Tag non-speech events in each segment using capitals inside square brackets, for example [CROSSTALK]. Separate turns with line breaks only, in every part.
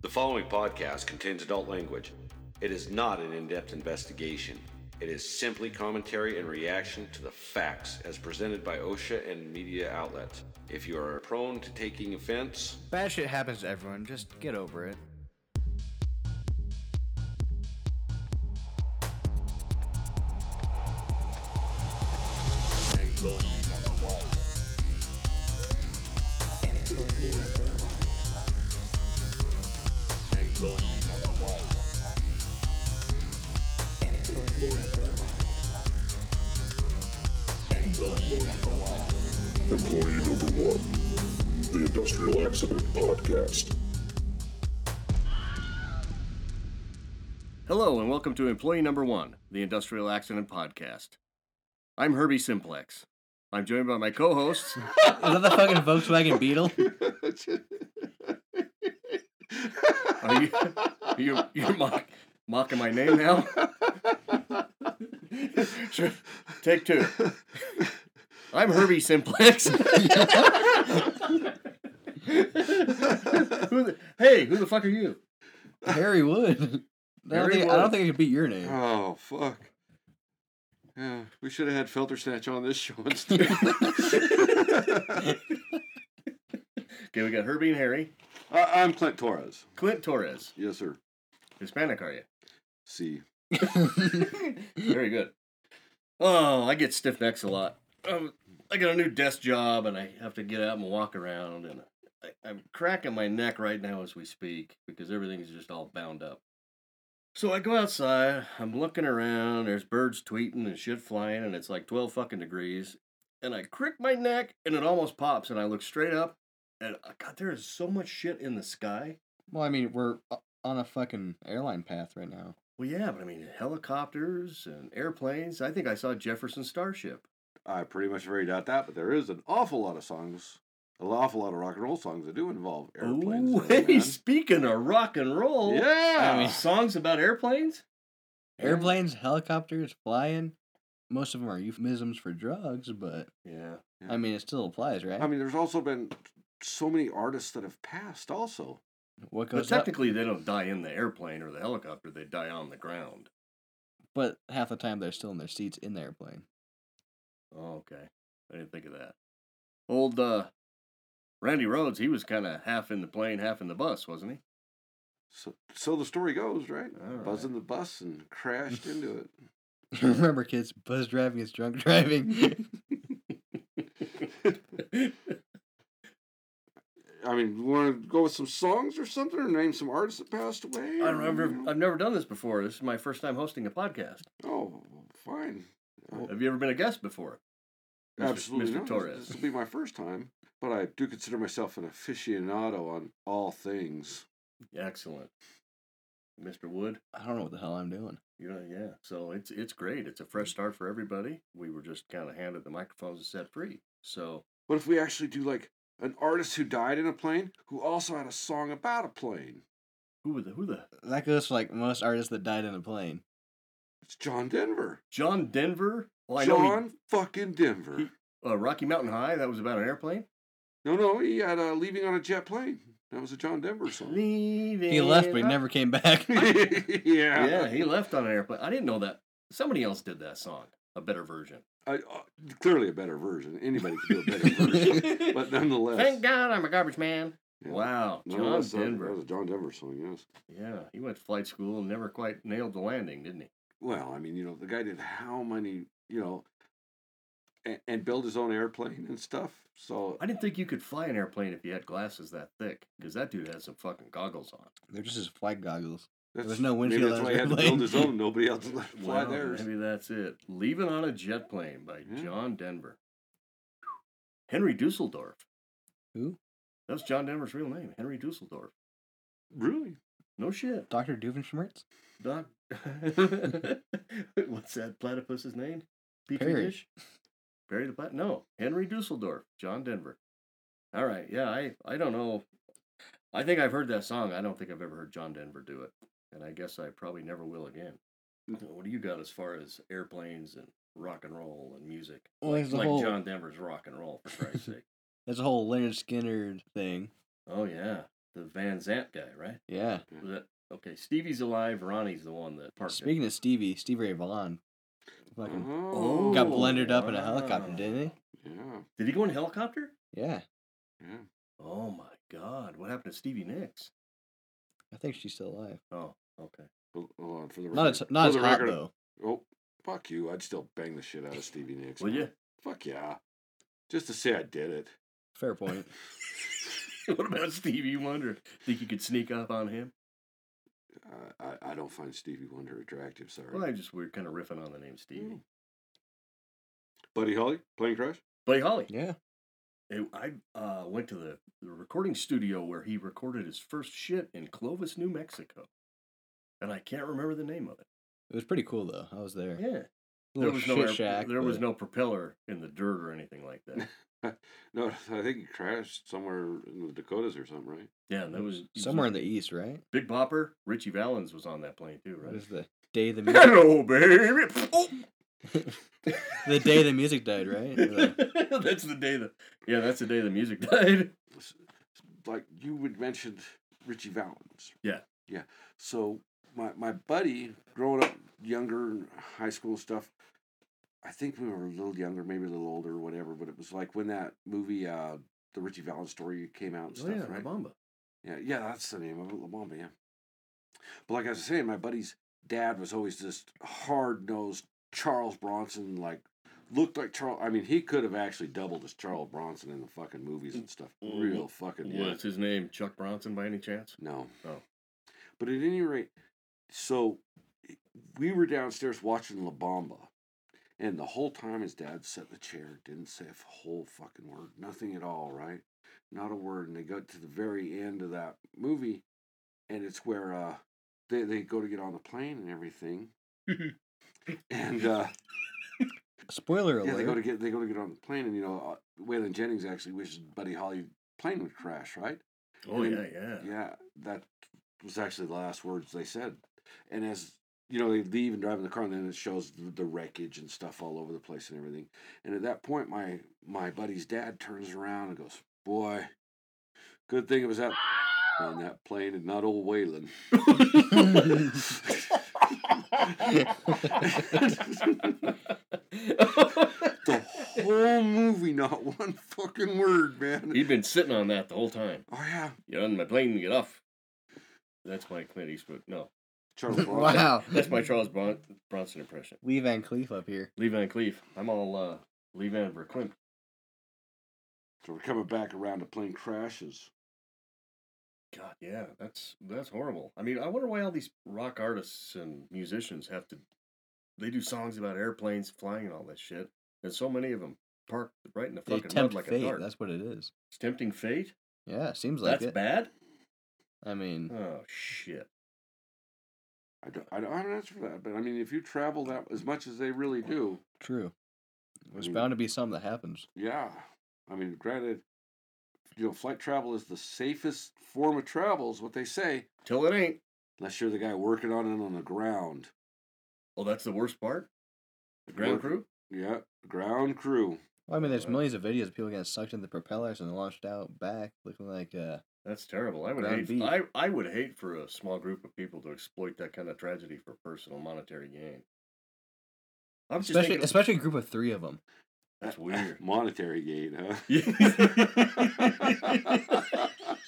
The following podcast contains adult language. It is not an in depth investigation, it is simply commentary and reaction to the facts as presented by OSHA and media outlets. If you are prone to taking offense,
Bad shit happens to everyone. Just get over it.
Employee number one, the Industrial Accident Podcast.
Hello, and welcome to Employee Number One, the Industrial Accident Podcast. I'm Herbie Simplex. I'm joined by my co hosts.
Is that the fucking
[LAUGHS]
Volkswagen Beetle?
Are you, are you, you're mock, mocking my name now? Sure. Take two. I'm Herbie Simplex. who the, hey, who the fuck are you?
Harry Wood. I don't,
Harry
think, I don't
Wood.
think I could beat your name.
Oh fuck. Yeah, we should have had Felter Snatch on this [LAUGHS] show instead.
Okay, we got Herbie and Harry.
I, I'm Clint Torres.
Clint Torres.
Yes, sir.
Hispanic, are you?
See.
Very good. Oh, I get stiff necks a lot. Um, I got a new desk job, and I have to get out and walk around, and I, I'm cracking my neck right now as we speak because everything's just all bound up. So I go outside. I'm looking around. There's birds tweeting and shit flying, and it's like 12 fucking degrees. And I crick my neck, and it almost pops. And I look straight up, and uh, God, there is so much shit in the sky.
Well, I mean, we're o- on a fucking airline path right now.
Well, yeah, but I mean, helicopters and airplanes. I think I saw Jefferson Starship.
I pretty much already doubt that, but there is an awful lot of songs, an awful lot of rock and roll songs that do involve airplanes.
Ooh, [LAUGHS]
though,
hey,
man.
speaking of rock and roll, Oh. I mean,
yeah.
songs about airplanes.
Airplanes, helicopters, flying. Most of them are euphemisms for drugs, but
Yeah, Um,
I mean, it still applies, right?
I mean, there's also been so many artists that have passed. Also,
what
but
goes up?
technically they don't die in the airplane or the helicopter; they die on the ground.
But half the time they're still in their seats in the airplane. [LAUGHS]
Oh, okay, I didn't think of that. Old uh, Randy Rhodes, he was kind of half in the plane, half in the bus, wasn't he?
so so the story goes, right?
All right.
Buzzing the bus and crashed
[LAUGHS]
into it.
Remember, kids, buzz driving is drunk [LAUGHS]
[LAUGHS]
driving.
I mean, want to go with some songs or something, or name some artists that passed away?
I
or-
remember. I've never done this before. This is my first time hosting a podcast.
Oh, fine. Oh,
Have you ever been a guest before? Mr.
Absolutely
Mr.
not.
Torres.
This will be my first time, but I do consider myself an aficionado on all things.
Excellent, Mr. Wood.
I don't know what the hell I'm doing.
You know, yeah. So it's it's great. It's a
Mm-hmm.
fresh start for everybody. We were just kind of handed the microphones and set free. So
What if we actually do like an artist who died in a plane who also had a song about a plane?
who were the who the
That goes for like most artists that died in a plane.
It's John Denver.
John Denver? Well, I know
John fucking Denver.
he- he- uh, Rocky Mountain High. That was about an airplane.
no, no, he had uh, Leaving on a Jet Plane. That was a John Denver [LAUGHS] song.
He
He
left, but he never came back. [LAUGHS]
yeah.
Yeah, he left on an airplane. I didn't know that. Somebody else did that song, a better
[LAUGHS]
version.
I, uh, clearly a better version. Anybody could do a better version. But
uh,
nonetheless.
[LAUGHS] Thank God I'm a garbage man.
Yeah.
Wow, John
Nonetheless, that- That
Denver.
was a John Denver song, yes.
Yeah, he went to flight school and never quite nailed the landing, didn't he?
Well, I mean, you know, the guy did how many, you know, and, and build his own airplane and stuff. So
I didn't think you could fly an airplane if you had glasses that thick, because that dude had some fucking goggles on.
They're just his flight goggles.
that's,
was no
maybe
windshield
That's
on
why he
his
had to
airplane.
build his own. Nobody else
[LAUGHS]
let him fly
Wow,
theirs. Mm-hmm.
Maybe that's it. Leaving on a Jet Plane by
Yeah.
John Denver. Henry Dusseldorf.
Who?
That's John Denver's real name, Henry Dusseldorf.
Really?
No shit.
Dr. Doofenshmirtz?
Doc. [LAUGHS] What's that platypus's name? Petri
Perry.
dish? Perry the plat? No, Henry Dusseldorf, John Denver. All right, yeah, I I don't know. I think I've heard that song. I don't think I've ever heard John Denver do it, and I guess I probably never will again.
Hmm.
What do you got as far as airplanes and rock and roll and music?
Well,
like
there's the
like
whole-
John Denver's rock and roll, for Christ's sake.
There's a whole Leonard Skinner thing.
Oh yeah, the Van Zant guy, right?
Yeah.
Was that okay? Stevie's alive. Ronnie's the one that parked. it.
Speaking of Stevie, Stevie Ray Vaughan. Fucking
Oh,
got blended up in a helicopter,
wow.
didn't
Yeah.
Did he go in a helicopter?
he? Yeah.
yeah.
Oh my God! What happened to Stevie Nicks?
I think she's still alive.
Oh, okay.
Hold hold on for the
Not
record.
as, not
For
as
the
hot,
record-
though.
Oh, fuck you! I'd still bang the shit out of Stevie Nicks.
Will ya?
Fuck yeah! Just to say I did it.
Fair
[LAUGHS]
point.
[LAUGHS] what about Stevie Wonder? Think you could sneak up on him?
Uh, I I don't find Stevie Wonder attractive. Sorry, Hmm.
Well, I just we're kind of riffing on the name Stevie.
Mm. Buddy Holly, plane crash.
Buddy Holly.
yeah.
It- I uh, went to the, the recording studio where he recorded his first shit in Clovis, New Mexico, and I can't remember the name of it.
It was pretty cool, though. I was there.
Yeah, there
Little
was no
shit
air-
shack,
there was
but-
no propeller in the dirt or anything like
[LAUGHS]
that.
No, [LAUGHS] I think he crashed somewhere in the Dakotas or something, right?
Yeah, that was
Somewhere in the east, right?
Big Bopper, Richie Valens was on that plane too,
It
right?
was the day the music,
[LAUGHS] Hello, baby. Oh!
the day the music died, right? Or the-
[LAUGHS] that's the day the yeah, that's the day the music [LAUGHS] died.
S- Like you had mentioned, Richie Valens.
Yeah.
yeah. So my my buddy, growing up younger, in high school and stuff. I think we were a little younger, maybe a little older, or whatever. But it was like when that movie, uh, the Richie Valens story, came out and
Oh
stuff,
yeah, La
right?
Bamba.
Yeah, yeah, that's the name of it, La Bamba, yeah. But like I was saying, my buddy's dad was always this hard nosed Charles Bronson, like looked like Charles. I mean, he could have actually doubled as Charles Bronson in the fucking movies and stuff.
Mm,
Real fucking yeah.
What's his name? Chuck Bronson by any chance?
No.
Oh.
But at any rate, so we were downstairs watching La Bamba. And the whole time his dad sat in the chair, didn't say a whole fucking word, nothing at all, right? Not a word. And they got to the very end of that movie, and it's where uh, they, they go to get on the plane and everything. and uh,
Spoiler alert.
yeah,
[LAUGHS]
they go to get they go to get on the plane, and you know uh, Waylon Jennings actually wishes Buddy Holly plane would crash, right?
Oh
And
yeah,
then-
yeah.
Yeah, that was actually the last words they said. And as you know, they leave and drive in the car, and then it shows the the wreckage and stuff all over the place and everything. And at that point, my my buddy's dad turns around and goes, "Boy, good thing it was that [LAUGHS] on that plane and not old Waylon." [LAUGHS] [LAUGHS] the whole movie, not one fucking word, man.
[LAUGHS] He'd been sitting on that the whole time.
Oh yeah,
Get on my plane and get off. That's my Clint Eastwood. No,
[LAUGHS]
Charles Bronson.
wow.
that's
[LAUGHS]
my Charles Bron- Bronson impression.
Lee Van Cleef up here.
Lee Van Cleef. I'm all uh, Lee Van Verklempt.
So we're coming back around to plane crashes.
God, yeah, that's that's horrible. I mean, I wonder why all these rock artists and musicians have to. They do songs about airplanes flying and all that shit, and so many of them park right in the
They
fucking mud
tempt
like a
fate.
dart.
That's what it is.
It's tempting fate.
Yeah, seems like
that's
it.
bad.
I mean,
Oh shit.
I don't, I don't have an answer for that, but I mean, if you travel that as much as they really do,
true. There's
mean-
Mm-hmm.
bound to be some that happens.
yeah. I mean, granted, you know, flight travel is the safest form of travel, is what they say,
Till it ain't.
unless you're the guy working on it on the ground.
Oh, that's the worst part. The ground
Work-
crew.
Yeah, ground crew.
Well, I mean, there's
Well-
millions of videos of people getting sucked into propellers and launched out back, looking like uh,
That's terrible. I would
Ground
hate.
beef.
I I would hate for a small group of people to exploit that kind of tragedy for personal monetary gain. I'm just
especially
thinking-
especially a group of three of them.
that's
[LAUGHS]
weird.
Monetary gain, huh?
[LAUGHS]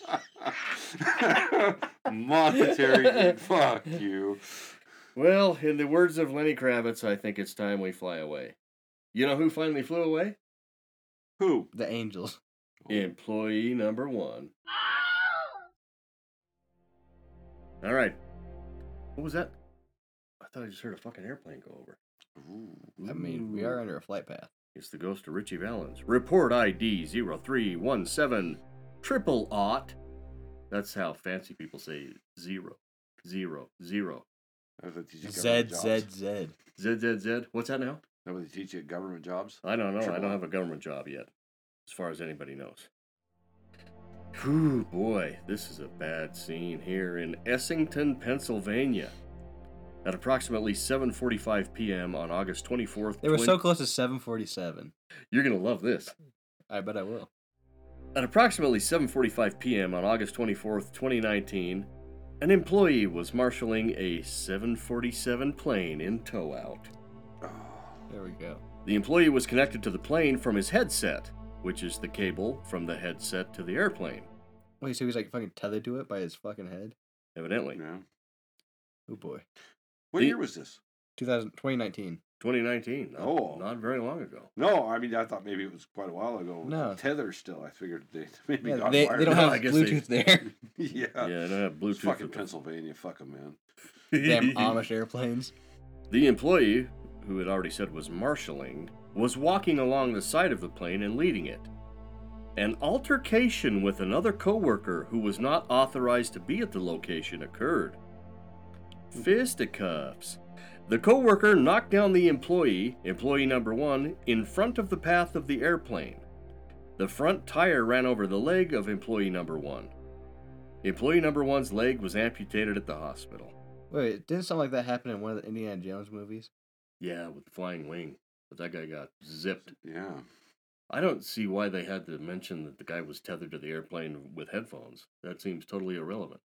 [LAUGHS] Monetary gain. Fuck you.
[LAUGHS] well, in the words of Lenny Kravitz, I think it's time we fly away. You know who finally flew away?
Who?
The angels.
Employee number one. All right. What was that? I thought I just heard a fucking airplane go over.
I mean, we are under a flight path.
It's the ghost of Richie Valens. Report ID 0317 triple aught. That's how fancy people say zero, zero, zero.
That's what they teach at
Z
government
Z
jobs.
Z.
ZZZ. What's that now?
That's what they teach you at government jobs.
I don't know. I
Triple
don't
O.
have a government job yet, as far as anybody knows. Whew, boy, this is a bad scene here in Essington, Pennsylvania. At approximately 7:45 p.m. on August 24th,
They were so
20
close to 747.
You're gonna love this.
I bet I will.
At approximately 7:45 p.m. on August 24th, 2019, an employee was marshaling a 747 plane in tow out.
Oh.
There we go.
The employee was connected to the plane from his headset, which is the cable from the headset to the airplane,
Wait, so he's like fucking tethered to it by his fucking head?
evidently.
Yeah.
Oh boy.
What
The-
year was this?
2000, 2019.
2019. Not,
Oh.
not very long ago.
No, I mean I thought maybe it was quite a while ago. with
No.
the tether still. I figured they [LAUGHS] maybe
Yeah,
got
they,
wired
they
[LAUGHS]
don't
up.
No, I
have
guess they-
Bluetooth there.
[LAUGHS]
yeah.
Yeah, I don't have
It's
Bluetooth.
Uh, fucking
at [LAUGHS] the-
Pennsylvania. Fuck 'em, man.
Damn Amish airplanes.
The employee, who had already said was marshaling, was walking along the side of the plane and leading it. An altercation with another coworker who was not authorized to be at the location occurred. Fisticuffs. The coworker knocked down the employee, employee number one, in front of the path of the airplane. The front tire ran over the leg of employee number one. Employee number one's leg was amputated at the hospital.
Wait, didn't something like that happen in one of the Indiana Jones movies?
Yeah, with the flying wing. But that guy got zipped.
Yeah.
I don't see why they had to mention that the guy was tethered to the airplane with headphones. That seems totally irrelevant.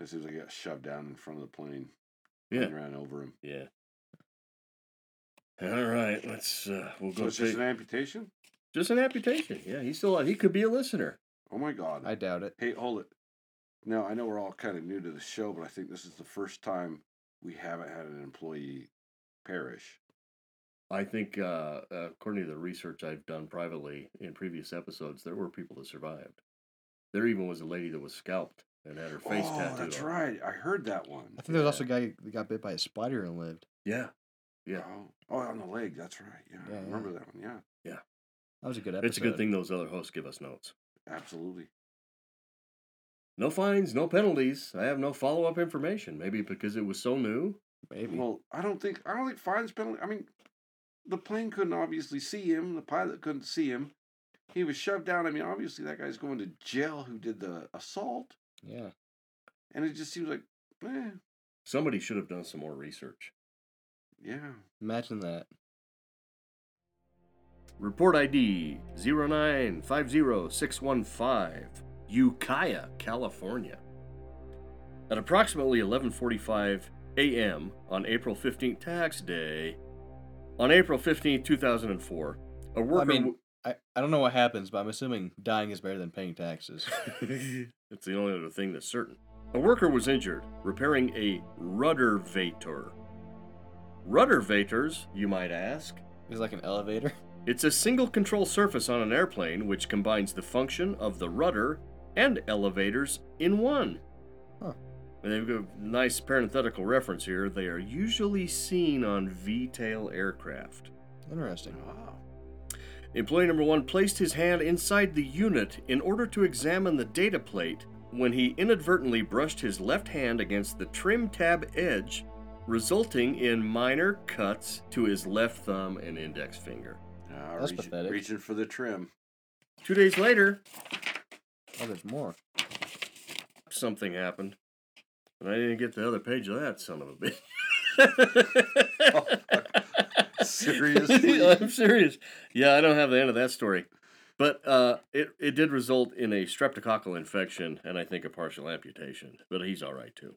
It seems like he got shoved down in front of the plane
Yeah.
and ran over him.
Yeah. All right, let's uh we'll
So
go
it's just
take
an amputation?
just an amputation. Yeah, he's still he could be a listener.
Oh my god.
I doubt it.
Hey, hold it. Now, I know we're all kind of new to the show, but I think this is the first time we haven't had an employee perish.
I think uh according to the research I've done privately in previous episodes, there were people that survived. There even was a lady that was scalped and had her face
oh,
tattooed.
that's
on.
right. I heard that one.
I think there was also a guy that got bit by a spider and lived.
Yeah. Yeah.
Oh, oh, on the leg. That's right. Yeah,
Yeah,
I
yeah.
remember that one. Yeah,
That was a good episode.
It's a good thing those other hosts give us notes.
absolutely.
No fines, no penalties. I have no follow up information. Maybe because it was so new.
Maybe.
Well, I don't think I don't think fines penalty. I mean, the plane couldn't obviously see him. The pilot couldn't see him. He was shoved down. I mean, obviously that guy's going to jail. Who did the assault?
yeah.
And it just seems like, eh,
Somebody should have done some more research.
yeah.
Imagine that.
Report ID 0950615, Ukiah, California. At approximately 11:45 a.m. on April 15th tax day, on April 15th, 2004, a worker
Well, I mean,
w-
I, I don't know what happens, but I'm assuming dying is better than paying taxes.
[LAUGHS] It's the only other thing that's certain. A worker was injured repairing a ruddervator. Ruddervators, you might ask,
It's like an elevator.
it's a single control surface on an airplane which combines the function of the rudder and elevators in one.
Huh.
And they've got a nice parenthetical reference here. They are usually seen on V tail aircraft.
Interesting.
oh,
Employee number one placed his hand inside the unit in order to examine the data plate when he inadvertently brushed his left hand against the trim tab edge, resulting in minor cuts to his left thumb and index finger.
Ah,
That's
reaching-
pathetic.
Reaching for the trim.
Two days later,
Oh, there's
[LAUGHS]
more.
something happened. And I didn't get the other page of that son of a bitch. [LAUGHS]
Seriously?
I'm serious. Yeah, I don't have the end of that story. But uh, it, it did result in a streptococcal infection and I think a partial amputation. But he's all right too.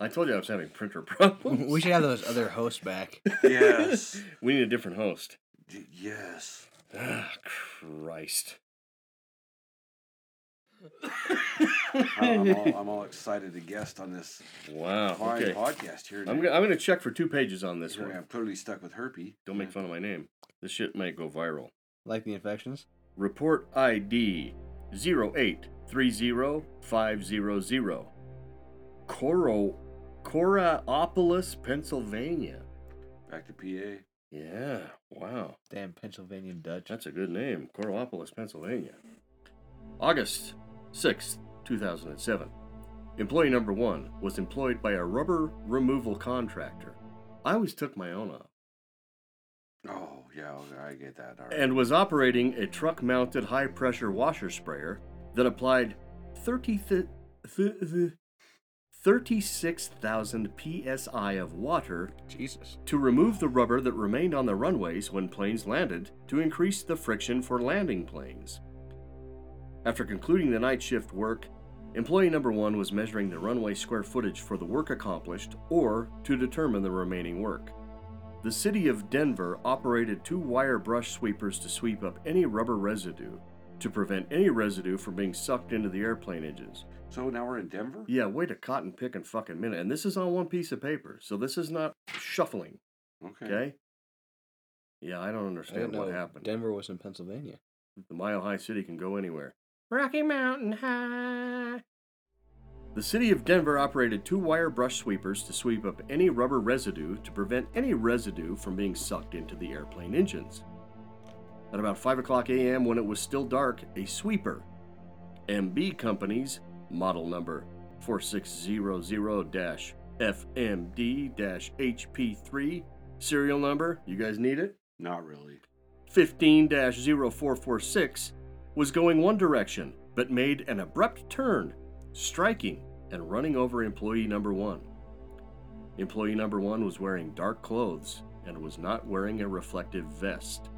I told you I was having printer [LAUGHS] problems.
We should have those other hosts back.
Yes.
we need a different host.
D- yes.
Ah,
[COUGHS]
Christ. [LAUGHS]
I- I'm all, I'm all excited to guest on this
Wow.
fine
okay.
podcast here.
I'm, go- I'm going to check for two pages on this
Sorry,
one.
I'm totally stuck with herpy.
Don't make fun of my name. This shit might go viral.
Like the infections?
Report ID 0830500. Coro Coraopolis, Pennsylvania.
Back to PA.
Yeah, wow.
Damn Pennsylvania Dutch.
That's a good name. Coraopolis, Pennsylvania. August 6th, 2007. Employee number one was employed by a rubber removal contractor. I always took my own off.
Oh, yeah, okay, I get that. All right.
and was operating a truck mounted high pressure washer sprayer that applied 30 th- th- th- 36,000 psi of water
Jesus.
to remove the rubber that remained on the runways when planes landed to increase the friction for landing planes. After concluding the night shift work, employee number one was measuring the runway square footage for the work accomplished or to determine the remaining work. The city of Denver operated two wire brush sweepers to sweep up any rubber residue to prevent any residue from being sucked into the airplane engines.
So now we're in Denver?
Yeah, wait a cotton picking fucking minute. And this is on one piece of paper, so this is not shuffling,
Okay.
okay? Yeah, I don't
I didn't
understand
know
what happened.
Denver was in Pennsylvania.
The Mile High City can go anywhere. Rocky Mountain High. The city of Denver operated two wire brush sweepers to sweep up any rubber residue to prevent any residue from being sucked into the airplane engines. At about 5 o'clock a.m., when it was still dark, a sweeper, MB Company's model number 4600 FMD HP3, serial number, you guys need it?
Not really.
15 0446 was going one direction but made an abrupt turn, striking and running over employee number one. Employee number one was wearing dark clothes and was not wearing a reflective vest.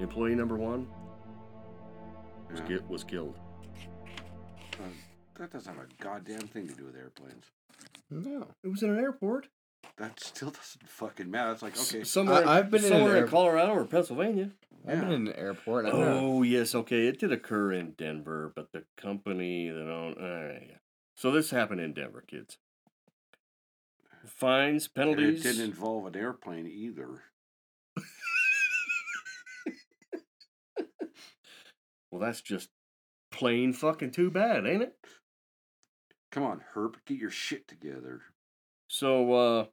Employee number one was,
Yeah.
ki- was killed.
Uh, that doesn't have a goddamn thing to do with airplanes.
No.
It was in an airport.
That still [LAUGHS] doesn't fucking matter. It's like, okay.
Somewhere,
I- I've been in an
somewhere in,
air-
Colorado or Pennsylvania.
I've
Yeah.
been in an airport. I don't know.
Oh yes, okay. It did occur in Denver, but the company that owned. Uh, yeah. So this happened in Denver, kids. Fines,
and it
penalties.
didn't involve an airplane either.
Well, that's just plain fucking too bad, ain't it?
Come on, Herb, get your shit together.
So, uh,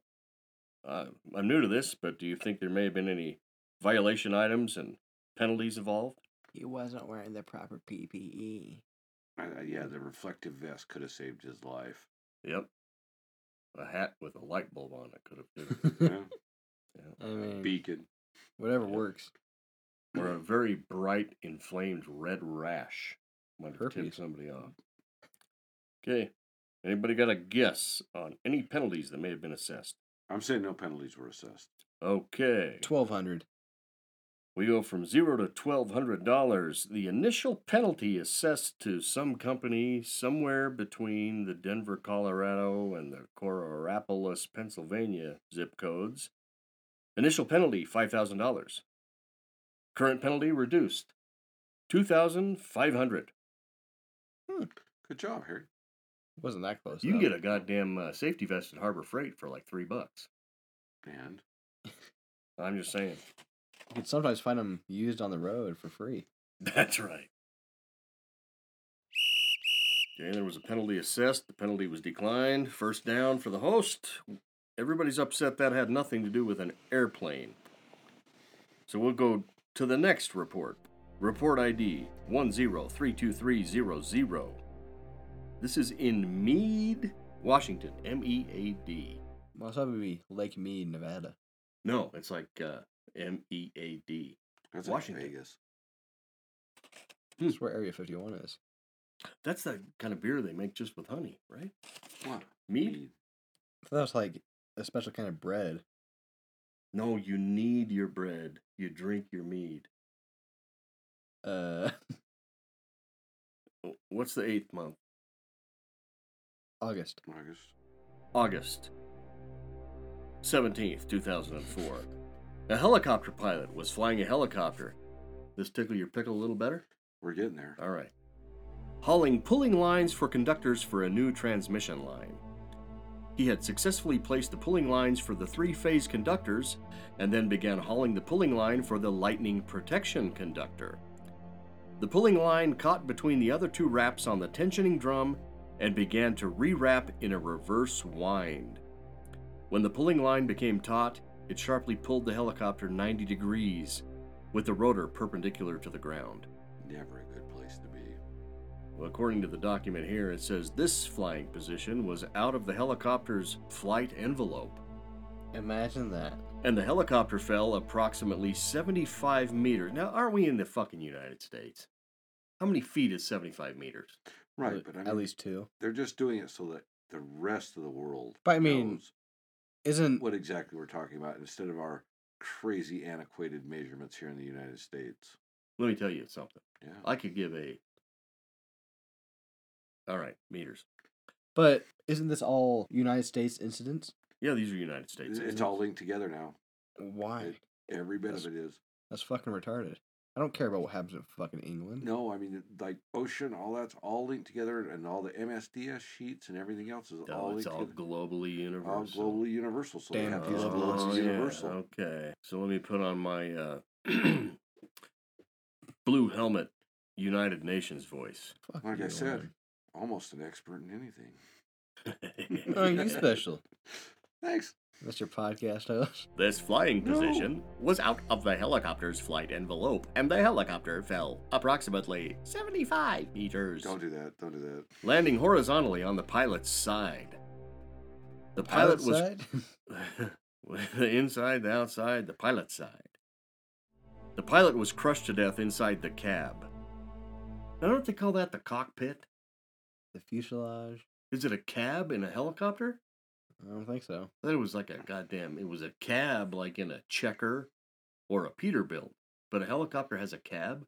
uh, I'm new to this, but do you think there may have been any violation items and penalties involved?
He wasn't wearing the proper E. [LAUGHS] PPE.
Uh, yeah, the reflective vest could have saved his life.
Yep. A hat with a light bulb on it could have been.
Yeah?
I mean,
E.
Beacon.
whatever works.
or a very bright, inflamed red rash might have tipped
Herpes.
somebody off. Okay. Anybody got a guess on any penalties that may have been assessed?
I'm saying no penalties were assessed.
Okay.
1200
We go from zero to twelve hundred dollars. The initial penalty assessed to some company somewhere between the Denver, Colorado, and the Coraopolis, Pennsylvania zip codes. Initial penalty five thousand dollars. Current penalty reduced two thousand five hundred.
Good job, Harry.
Wasn't that close.
You can
though.
get a goddamn uh, safety vest at Harbor Freight for like three bucks.
And
I'm just saying. [LAUGHS]
You can sometimes find them used on the road for free.
That's right. Okay, there was a penalty assessed. The penalty was declined. First down for the host. Everybody's upset that had nothing to do with an airplane. So we'll go to the next report. Report ID 10323300. This is in Mead, Washington. M E A D.
Well, it's probably be Lake Mead, Nevada.
No, it's like uh, M E A D.
that's
Washington.
Washington. Vegas.
That's
Hmm.
where Area 51 is.
That's the kind of beer they make just with honey, right?
What? Mm.
Mead?
I thought that was like a special kind of bread.
No, you need your bread. You drink your mead.
Uh, [LAUGHS]
Oh, What's the eighth month?
August.
August.
August 17th, 2004. A helicopter pilot was flying a helicopter. This tickle your pickle a little better?
We're getting there.
All right. Hauling pulling lines for conductors for a new transmission line. He had successfully placed the pulling lines for the three phase conductors and then began hauling the pulling line for the lightning protection conductor. The pulling line caught between the other two wraps on the tensioning drum and began to re wrap in a reverse wind. When the pulling line became taut, it sharply pulled the helicopter 90 degrees, with the rotor perpendicular to the ground.
Never a good place to be.
Well, according to the document here, it says this flying position was out of the helicopter's flight envelope,
Imagine that.
and the helicopter fell approximately 75 meters. Now, aren't we in the fucking United States? How many feet is 75 meters?
Right,
At-
but I
at
mean,
least two.
they're just doing it so that the rest of the world
But I mean-
knows
Isn't
what exactly we're talking about instead of our crazy antiquated measurements here in the United States.
Let me tell you something.
Yeah.
I could give a All right, meters.
But isn't this all United States incidents?
Yeah, these are United States.
It's, it's all linked together now.
Why?
It- Every bit of it is.
That's fucking retarded. I don't care about what happens in fucking England.
No, I mean like ocean, all that's all linked together, and all the MSDS sheets and everything else is all
No, Oh, it's
linked
all
together.
globally
all
universal.
globally universal. So
Damn
they have these
global
globes
globalists.
Oh, yeah,
universal.
Okay. So let me put on my uh, [CLEARS THROAT] blue helmet United Nations voice.
Fuck
Like
you,
I
man.
said, almost an expert in anything.
How
Uh, [LAUGHS]
are you special,
Thanks.
Mr. Podcast Host?
[LAUGHS] This flying
No.
position was out of the helicopter's flight envelope, and the helicopter fell approximately 75 meters,
Don't do that. Don't do that.
landing horizontally on the pilot's side. The pilot
Outside?
was the [LAUGHS] inside, the outside, the pilot's side. The pilot was crushed to death inside the cab. I don't they call that the cockpit.
[LAUGHS] the fuselage.
Is it a cab in a helicopter?
I don't think so.
I thought it was like a goddamn. It was a cab, like in a checker or a Peterbilt. But a helicopter has a cab,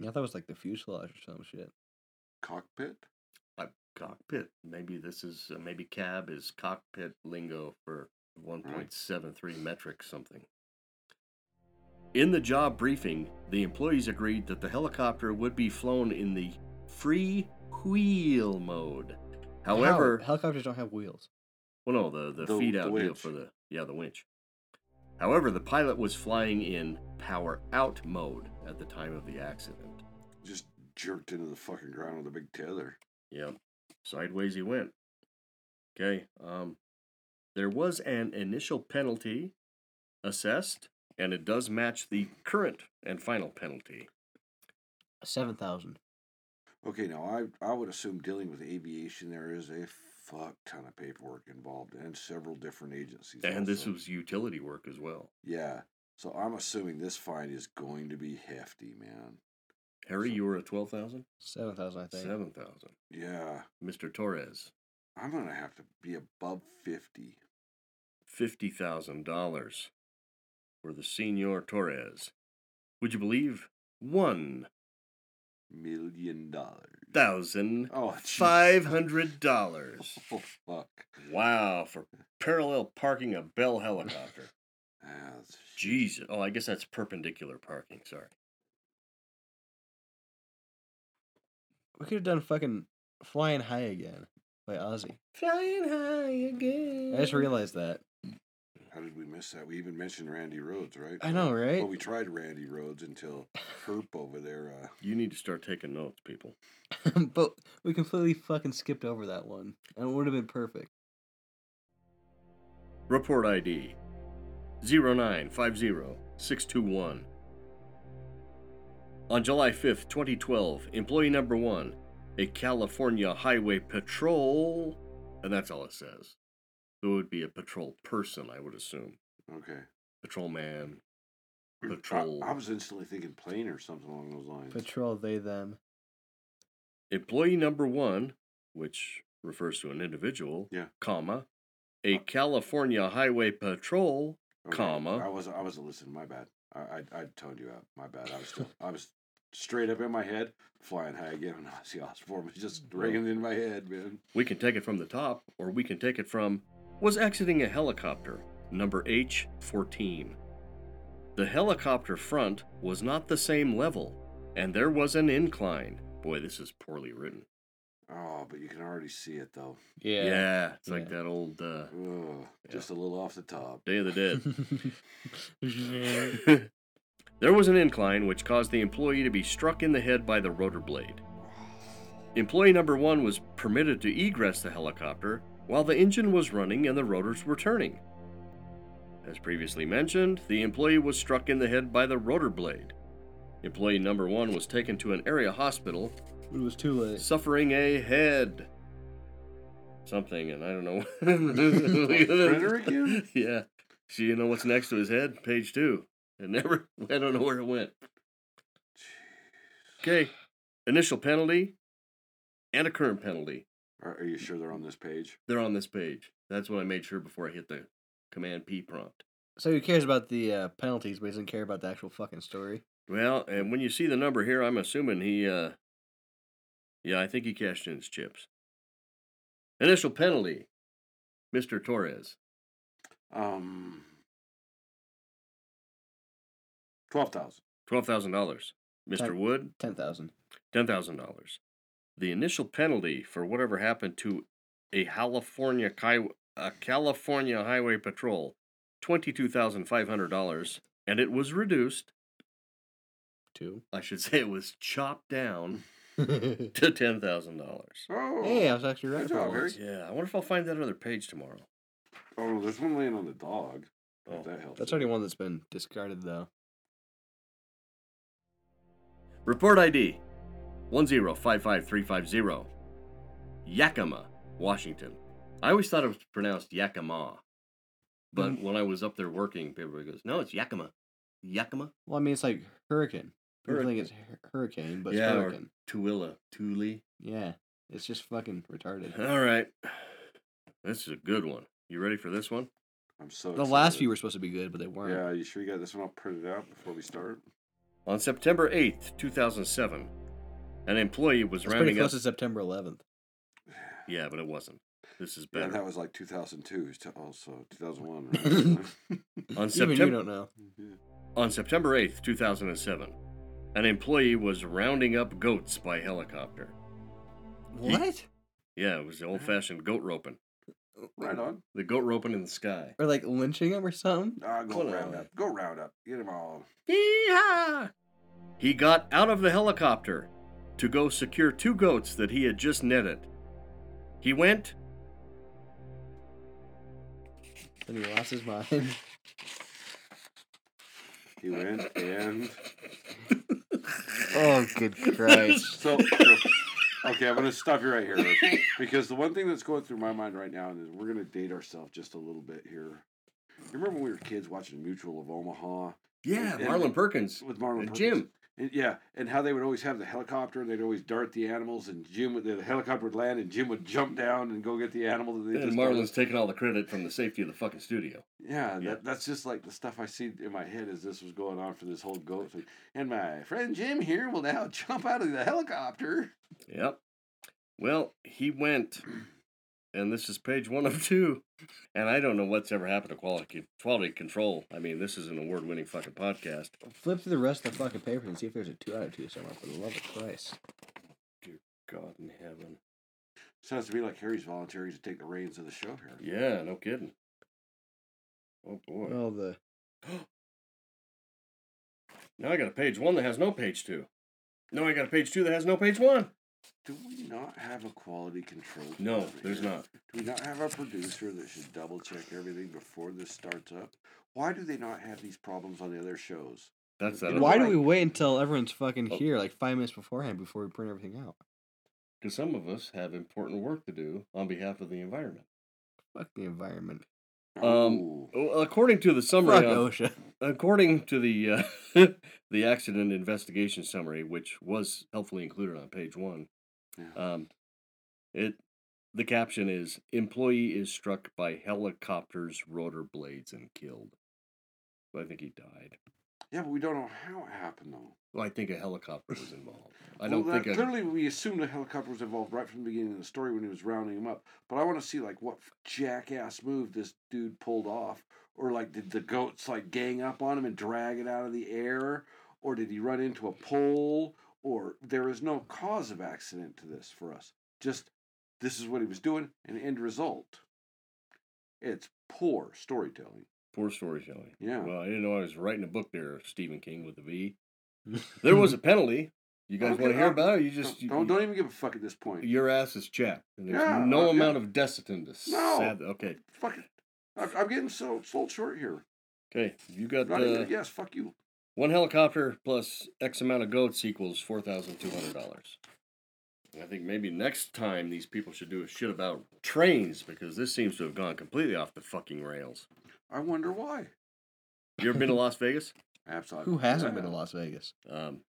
I thought it was like the fuselage or some shit.
Cockpit.
a cockpit. Maybe this is uh, maybe cab is cockpit lingo for 1.73 metric something. In the job briefing, the employees agreed that the helicopter would be flown in the free wheel mode.
How?
However,
helicopters don't have wheels.
Well, no, the, the,
The-
feed
the
out deal
winch.
for the yeah the winch. However, the pilot was flying in power out mode at the time of the accident.
Just jerked into the fucking ground with a big tether.
Yep, sideways he went. Okay, um, there was an initial penalty assessed, and it does match the current and final penalty.
Seven thousand.
Okay, now I I would assume dealing with aviation there is a fuck ton of paperwork involved and several different agencies.
And this
also.
was utility work as well.
yeah. So I'm assuming this fine is going to be hefty, man.
Harry, you were at twelve thousand,
Seven thousand, I think.
seven thousand.
Yeah,
Mister Torres,
I'm gonna have to be above fifty.
fifty thousand dollars for the Senor Torres. Would you believe one
million dollars.
thousand
Oh, [LAUGHS] jeez.
five hundred dollars?
Oh, fuck.
Wow, for parallel parking a Bell helicopter.
Ah, that's sh-
Jesus. Oh, I guess that's perpendicular parking. Sorry.
We could have done fucking flying high again by Ozzy.
Flying high again.
I just realized that. [LAUGHS]
How did we miss that? We even mentioned Randy Rhodes, right?
I know, right?
Well, we tried Randy Rhodes until Herp over there. Uh,
You need to start taking notes, people.
but we completely fucking skipped over that one, and it would have been perfect.
Report ID 0950621. On July 5th, 2012, employee number one, a California Highway Patrol, and that's all it says. It would be a patrol person, I would assume.
uh, okay.
Patrolman,
I-
patrol.
I, was instantly thinking plane or something along those lines.
Patrol they them.
Employee number one, which refers to an individual,
Yeah.
comma, a California Highway Patrol,
Okay,
comma.
I was I was listening. My bad. I I, I toned you out. My bad. I was still, I was straight up in my head, flying high again. And Ozzy Osbourne was just ringing in my head, man.
We can take it from the top, or we can take it from was exiting a helicopter, number H14. The helicopter front was not the same level, and there was an incline. Boy, this is poorly written.
Oh, but you can already see it though.
Yeah, it's like that old uh,
Ugh, Just a little off the
[LAUGHS]
top.
Day of the Dead. there was an incline which caused the employee to be struck in the head by the rotor blade. Employee number one was permitted to egress the helicopter while the engine was running and the rotors were turning. As previously mentioned, the employee was struck in the head by the rotor blade. Employee number one was taken to an area hospital
It was too late.
suffering a head. Something, and I don't know. [LAUGHS]
Printer
[LAUGHS]
again?
Yeah. So you know what's next to his head? Page two. It never, [LAUGHS] I don't know where it went. Okay. Initial penalty and a current penalty.
Are, are you sure they're on this page?
They're on this page. That's what I made sure before I hit the Command P prompt.
So he cares about the uh, penalties, but he doesn't care about the actual fucking story.
Well, and when you see the number here, I'm assuming he uh Yeah, I think he cashed in his chips. Initial penalty, Mr. Torres.
Um, twelve thousand.
$12,000. Mr.
Ten-
Wood,
Ten thousand.
$10,000. The initial penalty for whatever happened to a California, ki- a California Highway Patrol, $22,500, and it was reduced.
Two. [LAUGHS]
I should [LAUGHS] say it was chopped down
hey,
to $10,000.
Oh,
I was actually right.
Good
for
job,
once.
Harry.
Yeah, I wonder if I'll find that other page tomorrow.
oh, there's one laying on the dog. If
Oh.
that helps.
That's already one that's been discarded though.
Report ID 1055350. Yakima, Washington. I always thought it was pronounced Yakima. But
Hmm.
when I was up there working, people goes, no, it's Yakima. Yakima?
Well, I mean, it's like hurricane. People think
Hurricane.
it's hur- hurricane, but it's
Yeah, or-
hurricane.
Tooele. Thule.
Yeah, it's just fucking retarded.
All right. This is a good one. You ready for this one?
I'm so.
uh,
The last
excited.
few were supposed to be good, but they weren't.
Yeah, you sure you got this one all printed out before we start?
On September 8th, 2007, an employee was
it's pretty
rounding up.
close to September 11th.
Yeah, but it wasn't. This is
Yeah,
better.
that was like 2002 to also 2001. Right?
On
Even
September
you don't know.
Yeah.
On September 8th, 2007, an employee was rounding up goats by helicopter. Ye-
What?
Yeah, it was old fashioned goat roping.
Right on.
The goat roping in the sky.
Or like lynching him or something?
Ah, go
Well,
round
uh,
up. Go round up. Get them all.
Yeehaw! He got out of the helicopter to go secure two goats that he had just netted. He went
Then he lost his mind.
[LAUGHS]
He went and
Oh,
[LAUGHS]
good Christ.
so. so okay, I'm gonna stop you right here Rick, because the one thing that's going through my mind right now is we're gonna date ourselves just a little bit here. You remember when we were kids watching Mutual of Omaha
Yeah,
Yeah.
Marlon Perkins.
with Marlon
And
Perkins?
Jim.
And- yeah, and how they would always have the helicopter and they'd always dart the animals, and Jim would the helicopter would land, and Jim would jump down and go get the animal that they
And
just
Marlon's taking all the credit from the safety of the fucking studio.
Yeah,
Yeah.
That, that's just like the stuff I see in my head as this was going on for this whole goat thing. And my friend Jim here will now [LAUGHS] jump out of the helicopter.
Yep. Well, he went, and this is page one of two. And I don't know what's ever happened to quality quality control. I mean, this is an award winning fucking podcast.
Flip through the rest of the fucking papers and see if there's a two out of two somewhere. For the love of Christ.
God in heaven.
Sounds to me like Harry's volunteering to take the reins of the show here.
Yeah, no kidding. Oh boy.
Well, the
now I got a page one that has no page two. No, I got a page two that has no page one.
Do we not have a quality control?
No,
department
there's
here?
not.
Do we not have a producer that should double check everything before this starts up? Why do they not have these problems on the other shows?
That's that.
why
know.
do we wait until everyone's fucking
Oh.
here like five minutes beforehand before we print everything out?
Because some of us have important work to do on behalf of the environment.
Fuck the environment.
Um,
Ooh.
well, according to the summary,
Fuck
on-
OSHA.
According to the uh, [LAUGHS] the accident investigation summary, which was helpfully included on page one,
Yeah.
um, it the caption is "Employee is struck by helicopter's rotor blades and killed." But I think he died.
yeah, but we don't know how it happened though.
Well, I think a helicopter
[LAUGHS]
was involved. I
Well,
don't
that-
think. A,
clearly we assumed the helicopter was involved right from the beginning of the story when he was rounding him up. But I want to see like what jackass move this dude pulled off, or like did the goats like gang up on him and drag it out of the air, or did he run into a pole? Or there is no cause of accident to this for us. Just this is what he was doing, and end result. It's poor storytelling.
poor storytelling.
Yeah.
Well, I didn't know I was writing a book there, Stephen King with
[LAUGHS]
a V. There was a penalty. You guys
Okay,
want to hear
uh,
about it? You
Don't-
just you-
don't,
you-
don't even give a fuck at this point.
Your ass is chapped, and there's
Yeah,
no
okay.
amount of decident to
No.
sad- Okay,
Fuck it. I'm, I'm getting so sold short here.
okay. You got
Not
uh,
even, yes, fuck you.
one helicopter plus X amount of goats equals four thousand two hundred dollars. I think maybe next time these people should do a shit about trains because this seems to have gone completely off the fucking rails.
I wonder why.
You ever
[LAUGHS]
been to Las Vegas?
Absolutely.
Who hasn't been to Las Vegas?
Um,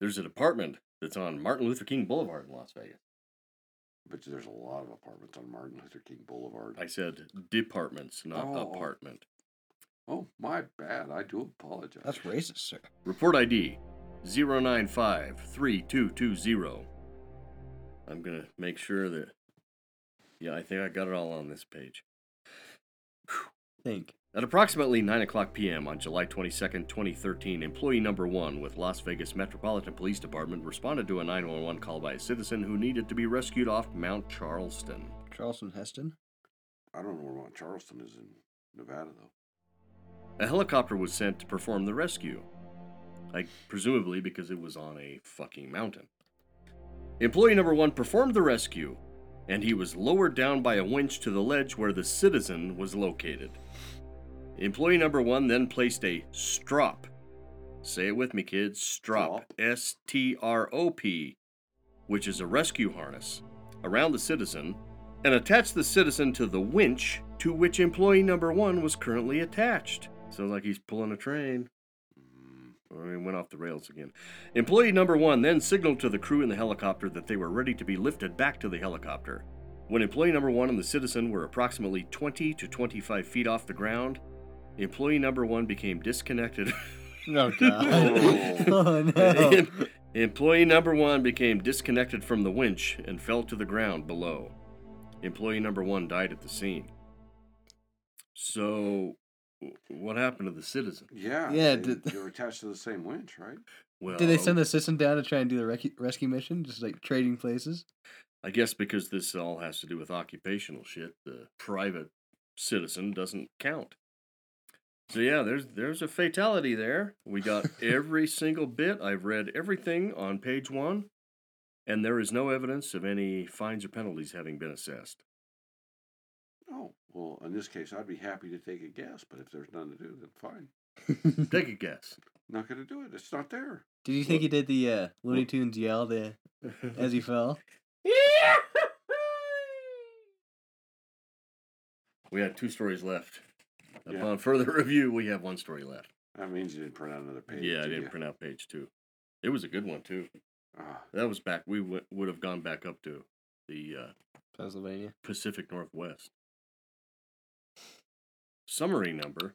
there's an apartment that's on Martin Luther King Boulevard in Las Vegas.
But there's a lot of apartments on Martin Luther King Boulevard.
I said departments, not
Oh.
apartment.
Oh, my bad. I do apologize.
That's racist, sir.
Report ID 095 3220. I'm going to make sure that. Yeah, I think I got it all on this page.
Think.
At approximately 9 o'clock p.m. on July 22nd, 2013, employee number one with Las Vegas Metropolitan Police Department responded to a 911 call by a citizen who needed to be rescued off Mount Charleston.
Charleston Heston.
I don't know where Mount Charleston is in Nevada though.
A helicopter was sent to perform the rescue. Like, presumably because it was on a fucking mountain. Employee number one performed the rescue, and he was lowered down by a winch to the ledge where the citizen was located. Employee number one then placed a strop. Say it with me, kids strop.
Strop.
S T R O P, which is a rescue harness, around the citizen and attached the citizen to the winch to which employee number one was currently attached. Sounds like he's pulling a train. Or he went off the rails again. Employee number one then signaled to the crew in the helicopter that they were ready to be lifted back to the helicopter. When employee number one and the citizen were approximately 20 to 25 feet off the ground, employee number one
[LAUGHS]
became disconnected.
Oh God. oh [LAUGHS] no.
Em- Employee number one became disconnected from the winch and fell to the ground below. Employee number one died at the scene. So, w- what happened to the citizen?
Yeah.
Yeah,
They,
did-
they were attached to the same winch, right?
Well,
Did they send the assistant down to try and do the rec- rescue mission? Just like trading [LAUGHS] places?
I guess because this all has to do with occupational shit, the private citizen doesn't count. So yeah, there's there's a fatality there. We got every single bit. I've read everything on page one, and there is no evidence of any fines or penalties having been assessed.
Oh well, in this case, I'd be happy to take a guess, but if there's none to do, then fine.
Take a guess.
Not gonna do it. It's not there.
Did you think he did the uh, Looney Tunes yell the, as he fell?
We had two stories left.
Yeah.
Upon further [LAUGHS] review, we have one story left.
That means you didn't print out another page.
yeah, I
did
didn't
ya?
print out page two. It was a good one too.
Ah,
That was back. We w- would have gone back up to the uh,
[LAUGHS] Pennsylvania.
Pacific Northwest. Summary number.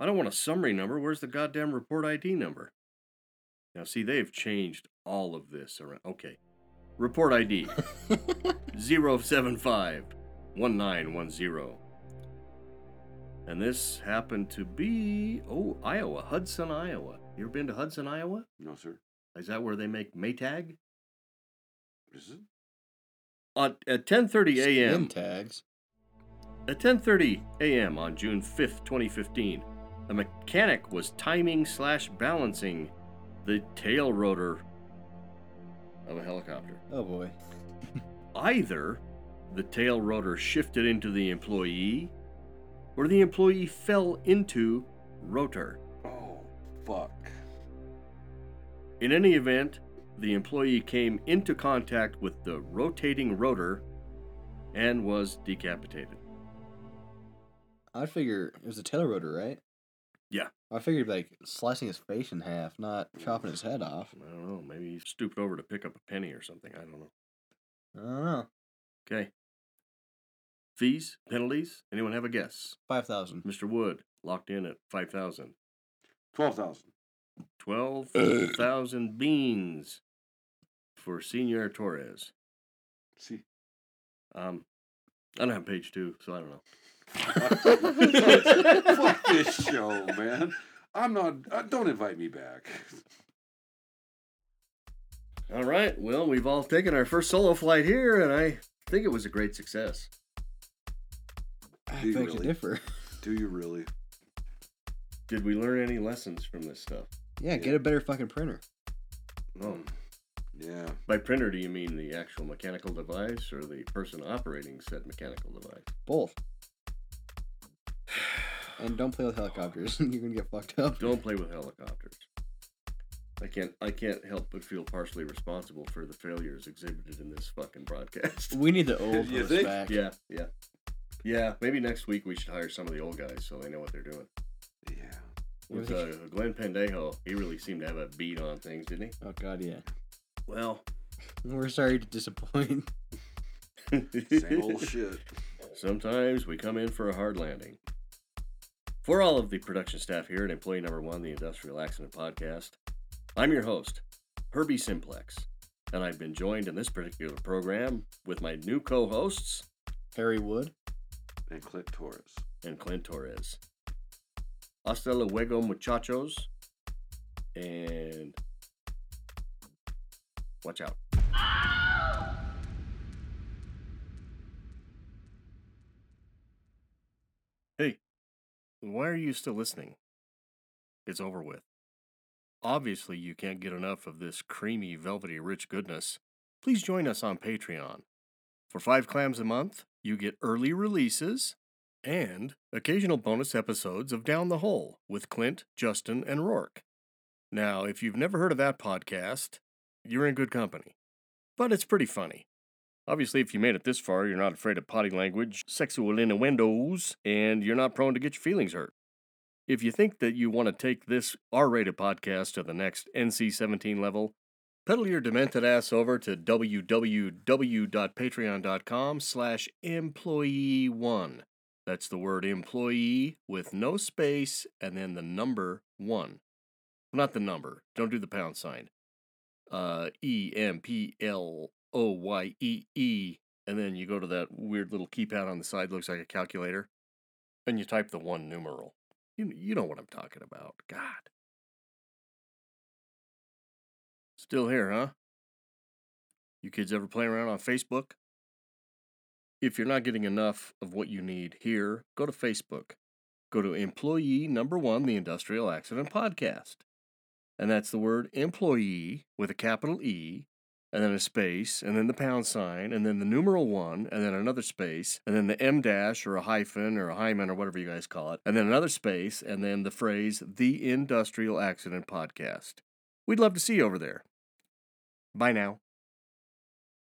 I don't want a summary number. Where's the goddamn report ID number? Now, see, they've changed all of this around. Okay. Report ID 075 1910. And this happened to be, oh, Iowa, Hudson, Iowa. You ever been to Hudson, Iowa?
no, sir.
Is that where they make Maytag?
This is
At, at 10.30 a.m.
Skin tags.
At 10:30 a.m. on June 5th, 2015, a mechanic was timing slash balancing the tail rotor of a helicopter.
Oh boy.
Either the tail rotor shifted into the employee, or the employee fell into rotor.
Oh fuck.
In any event, the employee came into contact with the rotating rotor and was decapitated.
I figure it was a tail rotor, right?
Yeah.
I figured like slicing his face in half, not chopping his head off.
I don't know, maybe he stooped over to pick up a penny or something. I don't know.
I don't know.
Okay. Fees, penalties. Anyone have a guess?
Five thousand.
Mr. Wood locked in at five thousand.
Twelve thousand.
Twelve thousand beans for Senior Torres.
See.
Um, I don't have page two, so I don't know.
Fuck this show, man. I'm not. Uh, don't invite me back.
All right. Well, we've all taken our first solo flight here, and I think it was a great success.
I
Do you
beg to
really?
differ.
Do you really?
Did we learn any lessons from this stuff?
Yeah, get a better fucking printer.
No.
Hmm. Yeah.
By printer, do you mean the actual mechanical device or the person operating said mechanical device?
Both. [SIGHS] And don't play with helicopters. [LAUGHS] You're gonna get fucked up.
Don't play with helicopters. I can't. I can't help but feel partially responsible for the failures exhibited in this
[LAUGHS]
fucking broadcast. [LAUGHS]
We need the old
You
ones
think?
back.
Yeah, yeah, yeah. Maybe next week we should hire some of the old guys so they know what they're doing.
Yeah.
With uh, Glenn Pendejo, he really seemed to have a beat on things, didn't he?
Oh god, yeah.
[LAUGHS] Well,
We're sorry to disappoint. [LAUGHS]
Same old shit.
Sometimes we come in for a hard landing. For all of the production staff here at Employee Number One, the Industrial Accident Podcast, I'm your host, Herbie Simplex, and I've been joined in this particular program with my new co hosts
Harry Wood.
and Clint Torres.
and Clint Torres. Hasta luego, muchachos, and watch out. Hey, why are you still listening? It's over with. Obviously, you can't get enough of this creamy, velvety, rich goodness. Please join us on Patreon. For five clams a month, you get early releases and occasional bonus episodes of Down the Hole with Clint, Justin, and Rourke. Now, if you've never heard of that podcast, you're in good company. But it's pretty funny. Obviously, if you made it this far, you're not afraid of potty language, sexual innuendos, and you're not prone to get your feelings hurt. If you think that you want to take this R rated podcast to the next NC 17 level, pedal your demented ass over to www.patreon.com slash employee1. That's the word employee with no space and then the number one. Well, not the number. Don't do the pound sign. Uh, e M P L O Y E E. And then you go to that weird little keypad on the side, looks like a calculator, and you type the one numeral. You, you know what I'm talking about. God. Still here, huh? You kids ever play around on Facebook? If you're not getting enough of what you need here, go to Facebook. Go to employee number one, the Industrial Accident Podcast. And that's the word employee with a capital E, and then a space, and then the pound sign, and then the numeral one, and then another space, and then the M dash or a hyphen or a hymen or whatever you guys call it, and then another space, and then the phrase the Industrial Accident Podcast. We'd love to see you over there. Bye now.